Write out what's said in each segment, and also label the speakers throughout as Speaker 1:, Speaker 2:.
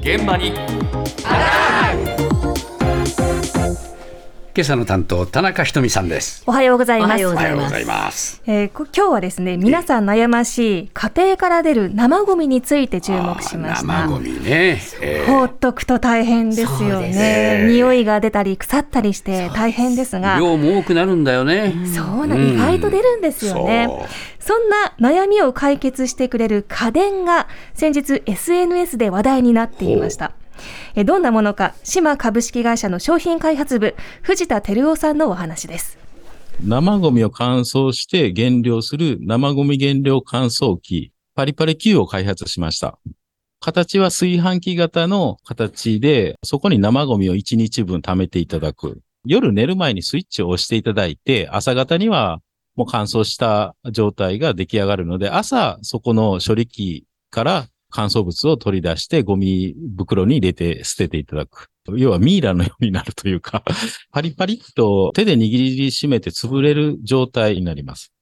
Speaker 1: 現場に
Speaker 2: 今朝の担当田中ひとみさんです
Speaker 3: おはようございます。
Speaker 4: おはよう
Speaker 2: お
Speaker 4: ご
Speaker 2: は
Speaker 4: ざ
Speaker 2: よ
Speaker 4: いうます
Speaker 2: ございます
Speaker 3: えーこ今日はですね、皆さん悩ましい家庭から出る生ゴミについて注目しまし
Speaker 2: 生
Speaker 3: た。
Speaker 2: ゴミね、え
Speaker 3: 放っとくと大変ですよ
Speaker 4: そう
Speaker 2: で
Speaker 3: ね。
Speaker 2: す
Speaker 3: 匂いが出たり腐ったりして大変です
Speaker 2: ー
Speaker 3: が、
Speaker 2: 量も多くなるんだよね、
Speaker 3: そうな、
Speaker 2: うん
Speaker 3: 意外と出るんですよね。そんな悩みを解決してくれる家電が先日 SNS で話題になっていました。えどんなものか、島株式会社の商品開発部、藤田照夫さんのお話です。
Speaker 5: 生ゴミを乾燥して減量する生ゴミ減量乾燥機、パリパリ Q を開発しました。形は炊飯器型の形で、そこに生ゴミを1日分貯めていただく。夜寝る前にスイッチを押していただいて、朝方にはもう乾燥した状態が出来上がるので、朝そこの処理機から乾燥物を取り出してゴミ袋に入れて捨てていただく。要はミイラのようになるというか、パリパリっと手で握りしめて潰れる状態になります。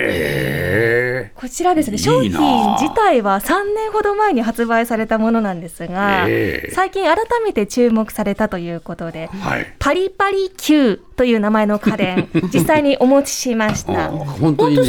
Speaker 2: へ
Speaker 3: こちらですね、
Speaker 2: いいな
Speaker 3: 商品自体は3年ほど前に発売されたものなんですが、
Speaker 2: え
Speaker 3: 最近改めて注目されたということで、
Speaker 2: はい
Speaker 3: パリパリ Q という名前の 家電、実際にお持ちしまし
Speaker 2: あ
Speaker 3: た。
Speaker 2: ー本当
Speaker 4: 本
Speaker 2: に、
Speaker 4: 当
Speaker 2: ね、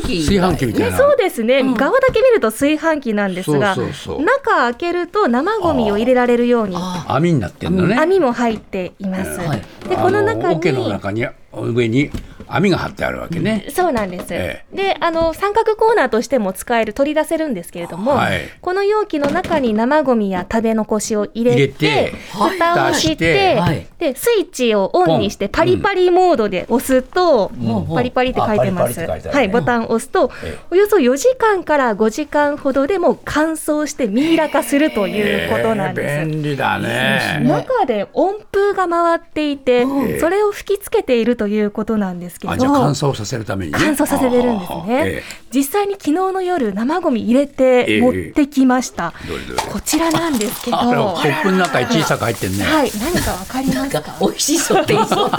Speaker 4: 炊飯器
Speaker 2: 炊飯器みたい
Speaker 3: ね、
Speaker 2: な、
Speaker 3: そうですね、
Speaker 4: うん
Speaker 3: 側だけ見ると炊飯器なんですが、
Speaker 2: そうそうそう
Speaker 3: 中開けると生ゴミを入れられるように、
Speaker 4: あ
Speaker 2: 網になってんのね
Speaker 3: 網も入っています。
Speaker 2: うん
Speaker 4: はい
Speaker 3: で、この中
Speaker 2: あ
Speaker 3: に、
Speaker 2: 桶の中に上に網が張ってあるわけね、
Speaker 3: そうなんです、
Speaker 2: え
Speaker 3: であの三角コーナーとしても使える取り出せるんですけれども、
Speaker 2: はい
Speaker 3: この容器の中に生ゴミや食べ残しを入れて
Speaker 2: 入れて
Speaker 3: 蓋をして
Speaker 2: はい
Speaker 4: 蓋して
Speaker 3: でスイッチをオンにして
Speaker 2: ポン
Speaker 3: パリパリモードで押すと、
Speaker 4: もう
Speaker 3: パリパリって書いてます
Speaker 2: あパリパリって書いてあるね
Speaker 3: はい、ボタンを押すと、
Speaker 2: ええ
Speaker 3: およそ4時間から5時間ほどでもう乾燥してミイラ化するということなんです。
Speaker 2: えー便利だね
Speaker 3: 中で温風が回っていて、
Speaker 2: え
Speaker 3: それを吹きつけているということなんですけど
Speaker 2: あじゃあ乾燥させるためにね
Speaker 3: 乾燥させてるんです
Speaker 2: あー
Speaker 3: ね、
Speaker 2: え
Speaker 3: 実際に昨日の夜生ゴミ入れ
Speaker 2: え
Speaker 3: て
Speaker 2: え
Speaker 3: 持ってきました、
Speaker 2: えどれどれ
Speaker 3: こちらなんですけど
Speaker 2: あでもコ
Speaker 3: は
Speaker 2: ップの中に小さく入ってんね、
Speaker 3: い何かわかり ます
Speaker 4: なん
Speaker 3: か
Speaker 4: か美味しそうって言いそう。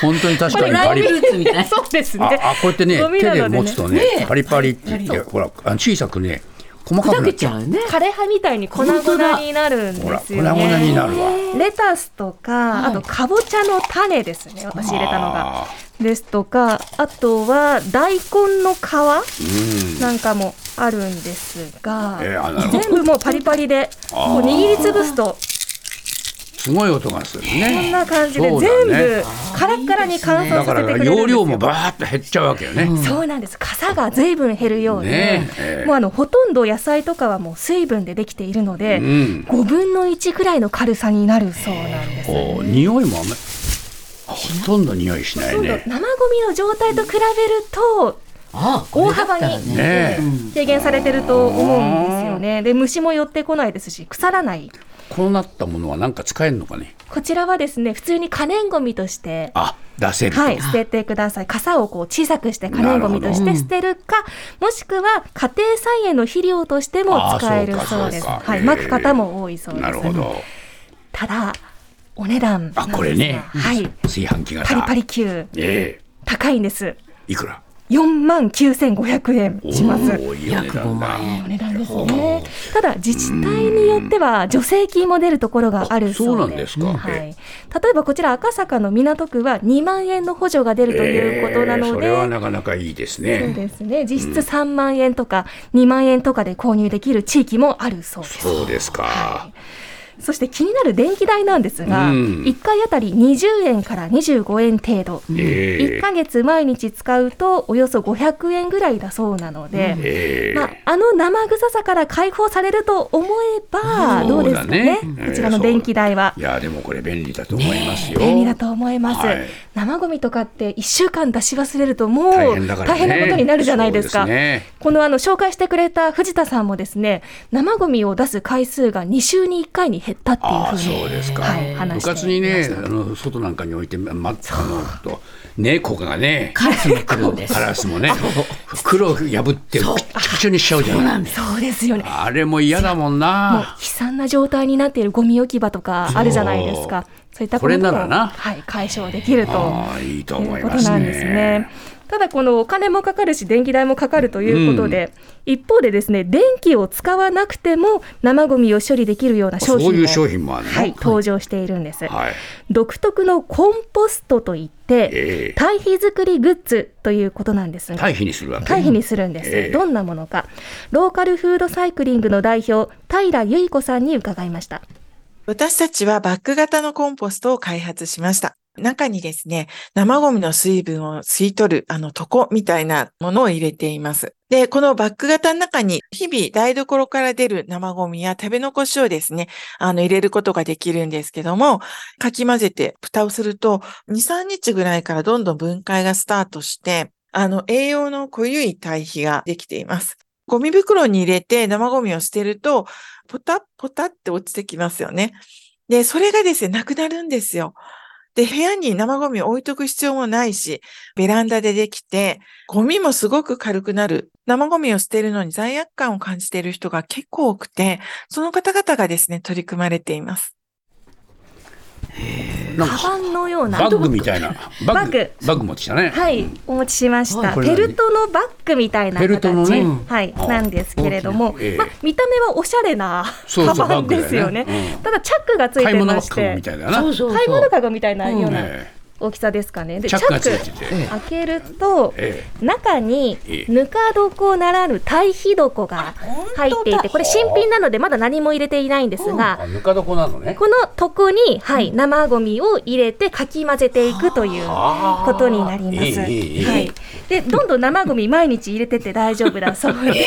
Speaker 2: 本当に確かに
Speaker 4: ラ
Speaker 2: パ
Speaker 4: イ
Speaker 2: リ
Speaker 4: ブルーツみたいな。
Speaker 3: そうです
Speaker 2: あ
Speaker 3: ね
Speaker 2: あこうやってね
Speaker 3: ゴミ
Speaker 2: 手
Speaker 3: なので
Speaker 2: で
Speaker 3: ね
Speaker 2: 持つとね
Speaker 4: ねえ
Speaker 2: パリパリってい
Speaker 4: パリ
Speaker 2: やほらあの小さくね細かくな
Speaker 4: 砕
Speaker 2: っ
Speaker 4: け
Speaker 2: ち
Speaker 4: ち
Speaker 2: ゃ
Speaker 4: ゃうね。
Speaker 3: 枯葉みたいに粉々になるん
Speaker 2: うほら
Speaker 3: です
Speaker 2: 粉
Speaker 3: よ
Speaker 2: 々に
Speaker 3: ね
Speaker 2: なるわ
Speaker 3: レタスとかあとかぼちゃの種ですね私入れたのが
Speaker 2: あ
Speaker 3: ですとかあとは大根の皮
Speaker 2: ーうん
Speaker 3: なんかもあるんですが、
Speaker 2: えーあなるほど
Speaker 3: 全部もうパリパリでもう握りつぶすと
Speaker 2: すごい音がする
Speaker 3: こん
Speaker 2: ね
Speaker 3: な感じで
Speaker 2: そ
Speaker 3: 全
Speaker 2: うだね
Speaker 3: 部カラッカラに乾
Speaker 2: だか
Speaker 3: 燥させて
Speaker 2: ら
Speaker 3: く
Speaker 2: 容
Speaker 3: れるんですよ
Speaker 2: 量もバーッと減っちゃうわけよね、
Speaker 3: そうなんです傘が随分減るようで、
Speaker 2: ねえええ
Speaker 3: もうあのほとんど野菜とかはもう水分でできているので、
Speaker 2: うん
Speaker 3: 5分の1くらいの軽さになるそうなんです、
Speaker 2: こう匂いもあんまりあほとんど匂いしな
Speaker 3: 今
Speaker 2: い
Speaker 3: 度
Speaker 2: ね
Speaker 3: 生ゴミの状態と比べると
Speaker 4: あ
Speaker 3: 大幅に
Speaker 2: ねえ
Speaker 3: 軽減されてると思うんですよねで虫も寄ってこないですし腐らない
Speaker 2: こうなったものはなんか使えるのかね
Speaker 3: こちらはですね普通に可燃ゴミとして
Speaker 2: あ出せると、
Speaker 3: はい、捨ててください。傘をこう小さくして可燃ゴミとし
Speaker 2: な
Speaker 3: て捨てるか、もしくは家庭菜園の肥料としても使える
Speaker 2: あーそうか
Speaker 3: そうです。
Speaker 2: そうか
Speaker 3: は
Speaker 2: へ
Speaker 3: い、
Speaker 2: ー
Speaker 3: 巻く方も多いそうで
Speaker 2: なる
Speaker 3: す。
Speaker 2: ほど
Speaker 3: ただ、お値段なんです
Speaker 2: あ
Speaker 3: が
Speaker 2: これね
Speaker 3: はい、
Speaker 2: 炊飯器型
Speaker 3: パリパリ級
Speaker 2: え
Speaker 3: 高いんです。
Speaker 2: えいくら
Speaker 3: 4万9500円します。
Speaker 2: おーいいお値段だ
Speaker 4: 約五万円
Speaker 3: お値段ですね。ただ自治体によっては助成金も出るところがあるそうで、
Speaker 2: あそうなんですか
Speaker 3: はい。
Speaker 2: え
Speaker 3: 例えばこちら赤坂の港区は2万円の補助が出るということな
Speaker 2: ええ
Speaker 3: の
Speaker 2: そ
Speaker 3: で、
Speaker 2: れはなかなかいいです
Speaker 3: そう
Speaker 2: ね
Speaker 3: ですね。実質3万円とか2万円とかで購入できる地域もあるそうです。
Speaker 2: そうですか、
Speaker 3: そして気になる電気代なんですが、
Speaker 2: うん
Speaker 3: 1回あたり20円から25円程度。
Speaker 2: え
Speaker 3: 1ヶ月毎日使うとおよそ500円ぐらいだそうなので、
Speaker 2: ええ
Speaker 3: まあ、あの生臭さから解放されると思えば、
Speaker 2: うん
Speaker 3: どうですかね
Speaker 2: そうだね。
Speaker 3: こちらの電気代はい
Speaker 2: やでもこれ便利だと思いますよ、
Speaker 3: 便利だと思います、
Speaker 2: はい
Speaker 3: 生ゴミとかって1週間出し忘れるともう
Speaker 2: 大変だからね
Speaker 3: 大変なことになるじゃないですか
Speaker 2: そうですね
Speaker 3: このあの紹介してくれた藤田さんもですね生ゴミを出す回数が2週に1回に減ったっていう
Speaker 2: あ
Speaker 3: ふ
Speaker 2: あ
Speaker 3: うに
Speaker 2: そうですか、
Speaker 3: はい、
Speaker 2: 部
Speaker 3: 話していま
Speaker 2: 活にね
Speaker 3: した
Speaker 2: あの外なんかに置いて、まま、あのと猫がね
Speaker 4: カラスも来るんです
Speaker 2: カ。ラスもね袋を破ってくっちゅくちゅにしちゃうじゃない
Speaker 3: そうですよね
Speaker 2: あれも嫌だもん
Speaker 3: もう
Speaker 2: な
Speaker 3: 悲惨な状態になっているゴミ置き場とかあるじゃないですかそういった
Speaker 2: こ
Speaker 3: ことも
Speaker 2: れならな
Speaker 3: はい、解消できると
Speaker 2: ああいいと思
Speaker 3: と
Speaker 2: い
Speaker 3: い
Speaker 2: う
Speaker 3: こ
Speaker 2: ま
Speaker 3: と
Speaker 2: す
Speaker 3: なんですね
Speaker 2: ね。
Speaker 3: たただこのお金もかかるし電気代もかかるということで、一方でですね電気を使わなくても生ゴミを処理できるような商
Speaker 2: そう
Speaker 3: 品
Speaker 2: いう
Speaker 3: も
Speaker 2: 商品もあるの
Speaker 3: はい、登場しているんです、
Speaker 2: はい
Speaker 3: 独特のコンポストといって
Speaker 2: ええ
Speaker 3: 堆肥作りグッズということなんですが
Speaker 2: 堆肥にするわけ
Speaker 3: 堆肥にするんです、
Speaker 2: ええ
Speaker 3: どんなものかローカルフードサイクリングの代表平由衣子さんに伺いました
Speaker 1: 私たちはバッグ型のコンポストを開発しました。中にですね、生ゴミの水分を吸い取る、あの、床みたいなものを入れています。で、このバッグ型の中に、日々台所から出る生ゴミや食べ残しをですね、あの、入れることができるんですけども、かき混ぜて蓋をすると、2、3日ぐらいからどんどん分解がスタートして、あの、栄養の濃ゆい堆肥ができています。ゴミ袋に入れて生ゴミを捨てると、ポタッポタって落ちてきますよね。で、それがですね、なくなるんですよ。で、部屋に生ゴミを置いとく必要もないし、ベランダでできて、ゴミもすごく軽くなる。生ゴミを捨てるのに罪悪感を感じている人が結構多くて、その方々がですね、取り組まれています。
Speaker 2: なん
Speaker 3: カ
Speaker 2: か
Speaker 3: バンのような
Speaker 2: バッグみたいなバッグ
Speaker 3: バッ
Speaker 2: バッグ持ってきたね
Speaker 3: はい、お持ちしまし
Speaker 4: は
Speaker 3: た。
Speaker 4: い
Speaker 2: これ
Speaker 3: ペ
Speaker 2: 何
Speaker 3: ルトのバッグみたいな
Speaker 2: ペルトの
Speaker 3: 形、
Speaker 2: ね
Speaker 3: はい、
Speaker 2: あ
Speaker 3: なんですけれども
Speaker 2: 大き、なええ
Speaker 3: まあ見た目はおしゃれな
Speaker 2: そうそう
Speaker 3: カバン
Speaker 2: バッグだよね
Speaker 3: ですよね。
Speaker 2: うん
Speaker 3: ただチャックがつい
Speaker 2: 買い
Speaker 3: て
Speaker 2: 物
Speaker 3: ま
Speaker 2: バ
Speaker 3: し
Speaker 2: ッグ
Speaker 3: て
Speaker 2: み、たいだな
Speaker 4: そうそうそう。
Speaker 3: 買い物カゴみたいなような
Speaker 2: え
Speaker 3: 大きさですかね。
Speaker 2: え
Speaker 3: で、
Speaker 2: チ
Speaker 3: チ
Speaker 2: ャ
Speaker 3: ャ
Speaker 2: ックがつ
Speaker 3: ッ
Speaker 2: いて
Speaker 3: ク
Speaker 2: て、
Speaker 3: 開けると。
Speaker 2: え
Speaker 3: 中に
Speaker 2: ええ
Speaker 3: ぬか床ならぬ堆肥床が入っていてこれ新品なのでまだ何も入れていないんですが
Speaker 2: え、あぬか床なのね
Speaker 3: この床に、はい、生ゴミを入れてかき混ぜていくということになります。
Speaker 2: いいいいいい
Speaker 3: はい、でどんどん生ゴミ毎日入れてて大丈夫だそうで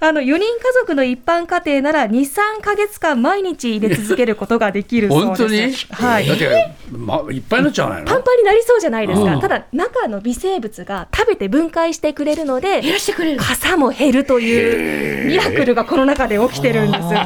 Speaker 3: あの4人家族の一般家庭なら23か月間毎日入れ続けることができるそう
Speaker 2: 本
Speaker 3: です。
Speaker 2: 当に、
Speaker 3: はい
Speaker 2: だって、ま、いっぱいになっちゃわないの
Speaker 3: パンパンになりそうじゃないですか、
Speaker 2: うん
Speaker 3: ただ中の微生物が食べて分解してくれるので
Speaker 4: 減らしてくれる。
Speaker 3: かさも減るというミラクルがこの中で起きてるんです。で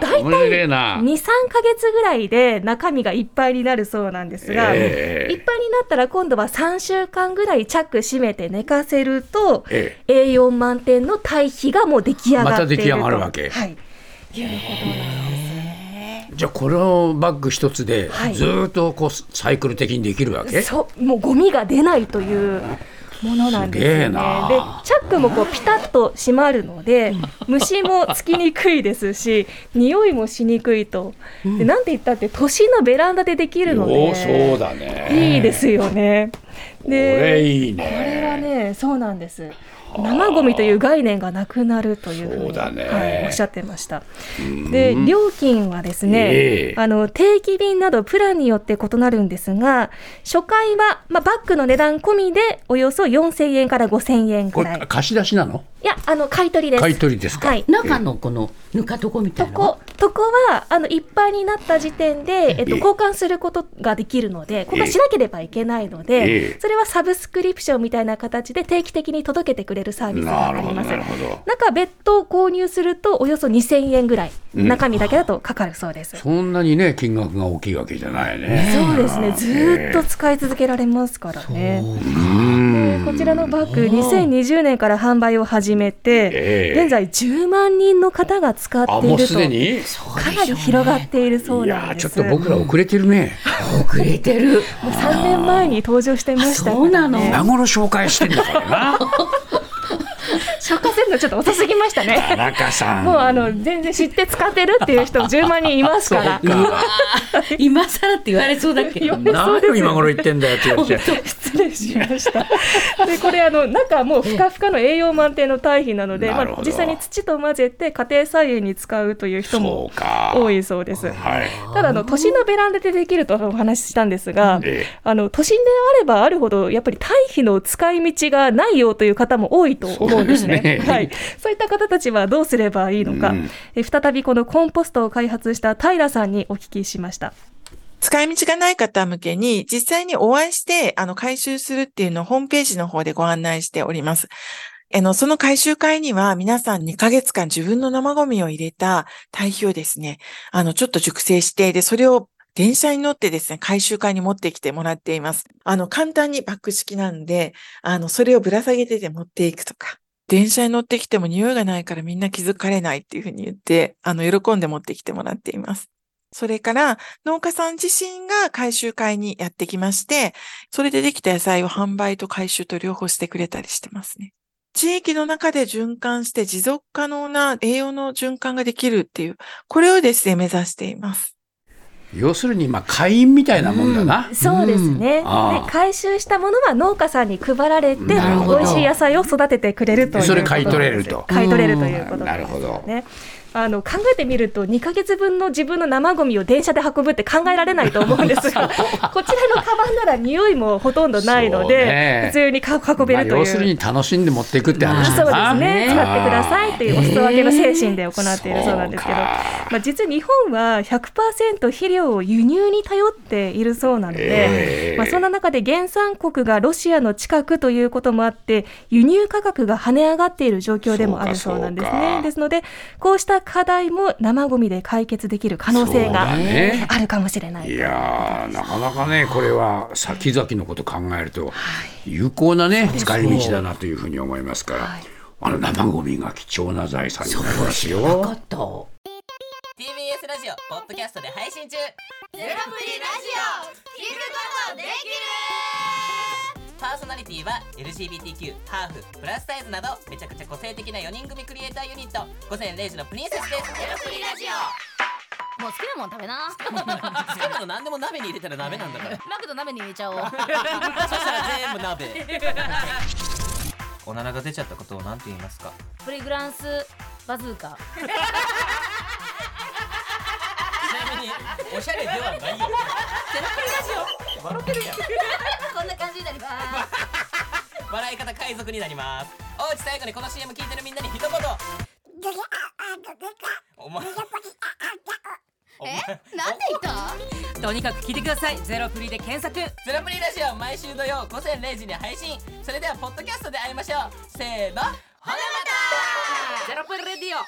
Speaker 3: 大
Speaker 2: 面白
Speaker 3: 体
Speaker 2: いな
Speaker 3: 23か月ぐらいで中身がいっぱいになるそうなんですが、
Speaker 2: ええ
Speaker 3: いっぱいになったら今度は3週間ぐらいチャック閉めて寝かせると、
Speaker 2: え
Speaker 3: 栄養満点の堆肥がもう出来上がっていると
Speaker 2: また出来上がるわけ
Speaker 3: はい、
Speaker 2: じゃあこのバッグ一つで
Speaker 3: はい
Speaker 2: ずーっとこうサイクル的にできるわけ、
Speaker 3: そうもうゴミが出ないというものなんです
Speaker 2: すげえ
Speaker 3: よね。で
Speaker 2: な
Speaker 3: チャックもこうピタッと閉まるので虫もつきにくいですし匂いもしにくいと、でなんて言ったって都心のベランダでできるので
Speaker 2: おーそうだね
Speaker 3: いいですよね。で
Speaker 2: これいい
Speaker 3: これ
Speaker 2: ね
Speaker 3: はねそうなんです。生ゴミという概念がなくなるというふうに
Speaker 2: そうだね
Speaker 3: はい、おっしゃってました。で料金はですね、
Speaker 2: ええ
Speaker 3: あの定期便などプランによって異なるんですが初回は、まあ、バッグの値段込みでおよそ4000円から5000円
Speaker 2: こ
Speaker 3: くらい
Speaker 2: れ貸し出しなの
Speaker 3: いやあの買い取りです。
Speaker 2: 買い取りですか
Speaker 3: はい
Speaker 4: 中のこのぬか床みたい
Speaker 3: と
Speaker 4: なの。
Speaker 3: ことこはあのいっぱいになった時点で、えっ
Speaker 2: え
Speaker 3: と、
Speaker 2: え
Speaker 3: 交換することができるので交換しなければいけないの
Speaker 2: え
Speaker 3: で
Speaker 2: え
Speaker 3: それはサブスクリプションみたいな形で定期的に届けてくれるサービスが
Speaker 2: な
Speaker 3: あ
Speaker 2: るほど
Speaker 3: ります
Speaker 2: なるほど
Speaker 3: 中別途購入するとおよそ2000円ぐらい
Speaker 2: うん
Speaker 3: 中身だけだとかかるそうです、
Speaker 2: そんなにね金額が大きいわけじゃないね
Speaker 3: そうですねずーっと使い続けられますからね、
Speaker 2: うん
Speaker 3: こちらのバッグ2020年から販売を始めて
Speaker 2: ええ
Speaker 3: 現在10万人の方が使って
Speaker 2: あ
Speaker 3: い
Speaker 2: もう
Speaker 3: る
Speaker 2: す
Speaker 3: と
Speaker 2: でに
Speaker 3: かなり広がっているそう
Speaker 2: い
Speaker 3: な
Speaker 2: や
Speaker 3: ん
Speaker 2: ー
Speaker 3: で
Speaker 2: ち
Speaker 3: す
Speaker 2: ょっと僕ら遅れてるね
Speaker 4: 遅れてる。
Speaker 3: もう3年前に登場してましたからね
Speaker 4: そうなの
Speaker 2: 今頃紹介してんだからな
Speaker 3: 紹介するのちょっと遅すぎましたね
Speaker 2: 田中さん
Speaker 3: もうあの全然知って使ってるっていう人10万人いますから
Speaker 2: そうか
Speaker 4: 今更って言われそうだけど。
Speaker 2: 何を今頃言ってんだよって言われて
Speaker 3: 失礼しました。でこれあの中もうふかふかの栄養満点の堆肥なので、ま
Speaker 2: なる
Speaker 3: あ
Speaker 2: ほど
Speaker 3: 実際に土と混ぜて家庭菜園に使うという人
Speaker 2: そ
Speaker 3: も
Speaker 2: うか
Speaker 3: 多いそうです。
Speaker 2: はい
Speaker 3: ただあの都心のベランダでできるとお話ししたんですが、
Speaker 2: ええ
Speaker 3: あの都心であればあるほどやっぱり堆肥の使い道がないよという方も多いと思うんですね。
Speaker 2: そうですね
Speaker 3: はい、そういった方たちはどうすればいいのか、
Speaker 2: うん
Speaker 3: え再びこのコンポストを開発した平さんにお聞きしました。
Speaker 1: 使い道がない方向けに実際にお会いして、あの、回収するっていうのをホームページの方でご案内しております。あの、その回収会には皆さん2ヶ月間自分の生ゴミを入れた堆肥をですね、あの、ちょっと熟成して、で、それを電車に乗ってですね、回収会に持ってきてもらっています。あの、簡単にバック式なんで、あの、それをぶら下げてて持っていくとか、電車に乗ってきても匂いがないからみんな気づかれないっていうふうに言って、あの、喜んで持ってきてもらっています。それから農家さん自身が回収会にやってきまして、それでできた野菜を販売と回収と両方してくれたりしてますね。地域の中で循環して持続可能な栄養の循環ができるっていう、これをですね、目指しています。
Speaker 2: 要するに、まあ、会員みたいなもんだな。
Speaker 3: うん、そうですね、
Speaker 2: ああ
Speaker 3: で。回収したものは農家さんに配られて、美
Speaker 2: なるほど
Speaker 3: 味しい野菜を育ててくれるということ
Speaker 2: それ買い取れると
Speaker 3: 買い取れるということ
Speaker 2: なるほど。
Speaker 3: ね。あの考えてみると、2か月分の自分の生ゴミを電車で運ぶって考えられないと思うんで すが、こちらのカバンなら匂いもほとんどないの
Speaker 2: そう
Speaker 3: で、
Speaker 2: ね
Speaker 3: 普通にか運べ
Speaker 2: まあ、
Speaker 3: るという。
Speaker 2: 要するに楽しんで持っていくって
Speaker 3: あ
Speaker 2: 話
Speaker 3: そう
Speaker 2: だな。
Speaker 3: ですね、
Speaker 2: あー
Speaker 3: 使ってくださいというお裾分けの精神で行っているそうなんですけど、
Speaker 2: そうか
Speaker 3: まあ、実は日本は100%肥料を輸入に頼っているそうなので、
Speaker 2: えー
Speaker 3: まあ、そんな中で原産国がロシアの近くということもあって、輸入価格が跳ね上がっている状況でもあるそうなんです
Speaker 2: そうかそう
Speaker 3: ね
Speaker 2: か。
Speaker 3: ですので、こうした課題も生ゴミで解決できる可能性
Speaker 2: そうだ
Speaker 3: が
Speaker 2: ね
Speaker 3: あるかもしれない。
Speaker 2: いやーなかなかねこれは先々のこと考えると有効なね使い道だなというふうに思いますから、あの生ゴミが貴重な財産になります
Speaker 4: よか
Speaker 2: よ。
Speaker 4: った。
Speaker 6: TBS ラジオポッドキャストで配信中ゼロプリラジオ聞くことできるパーソナリティは LGBTQ ハーフプラスサイズなどめちゃくちゃ個性的な4人組クリエイターユニット午前0時のプリンセスですゼロプリラジ
Speaker 7: うもう好きなもん食べな
Speaker 6: オ好きなの何でも鍋に入れたら鍋なんだ から
Speaker 7: マクド鍋に入れち ゃおう
Speaker 6: そしたら全部鍋 おならが出ちゃったことを何て言いますか
Speaker 7: プリグランスバズーカ
Speaker 6: ちなみにおしゃれではないよ ゼロプリラジオ笑ってるやん
Speaker 7: こんな感じになります
Speaker 6: 笑い方海賊になりますおうち最後にこの CM 聞いてるみんなに一言お前お前
Speaker 7: なんで言った
Speaker 4: とにかく聞いてください。ゼロプリで検索。
Speaker 6: ゼロプリラジオ毎週土曜午前0時に配信それではポッドキャストで会いましょうせーのほなまた
Speaker 4: ゼロプリレディオ。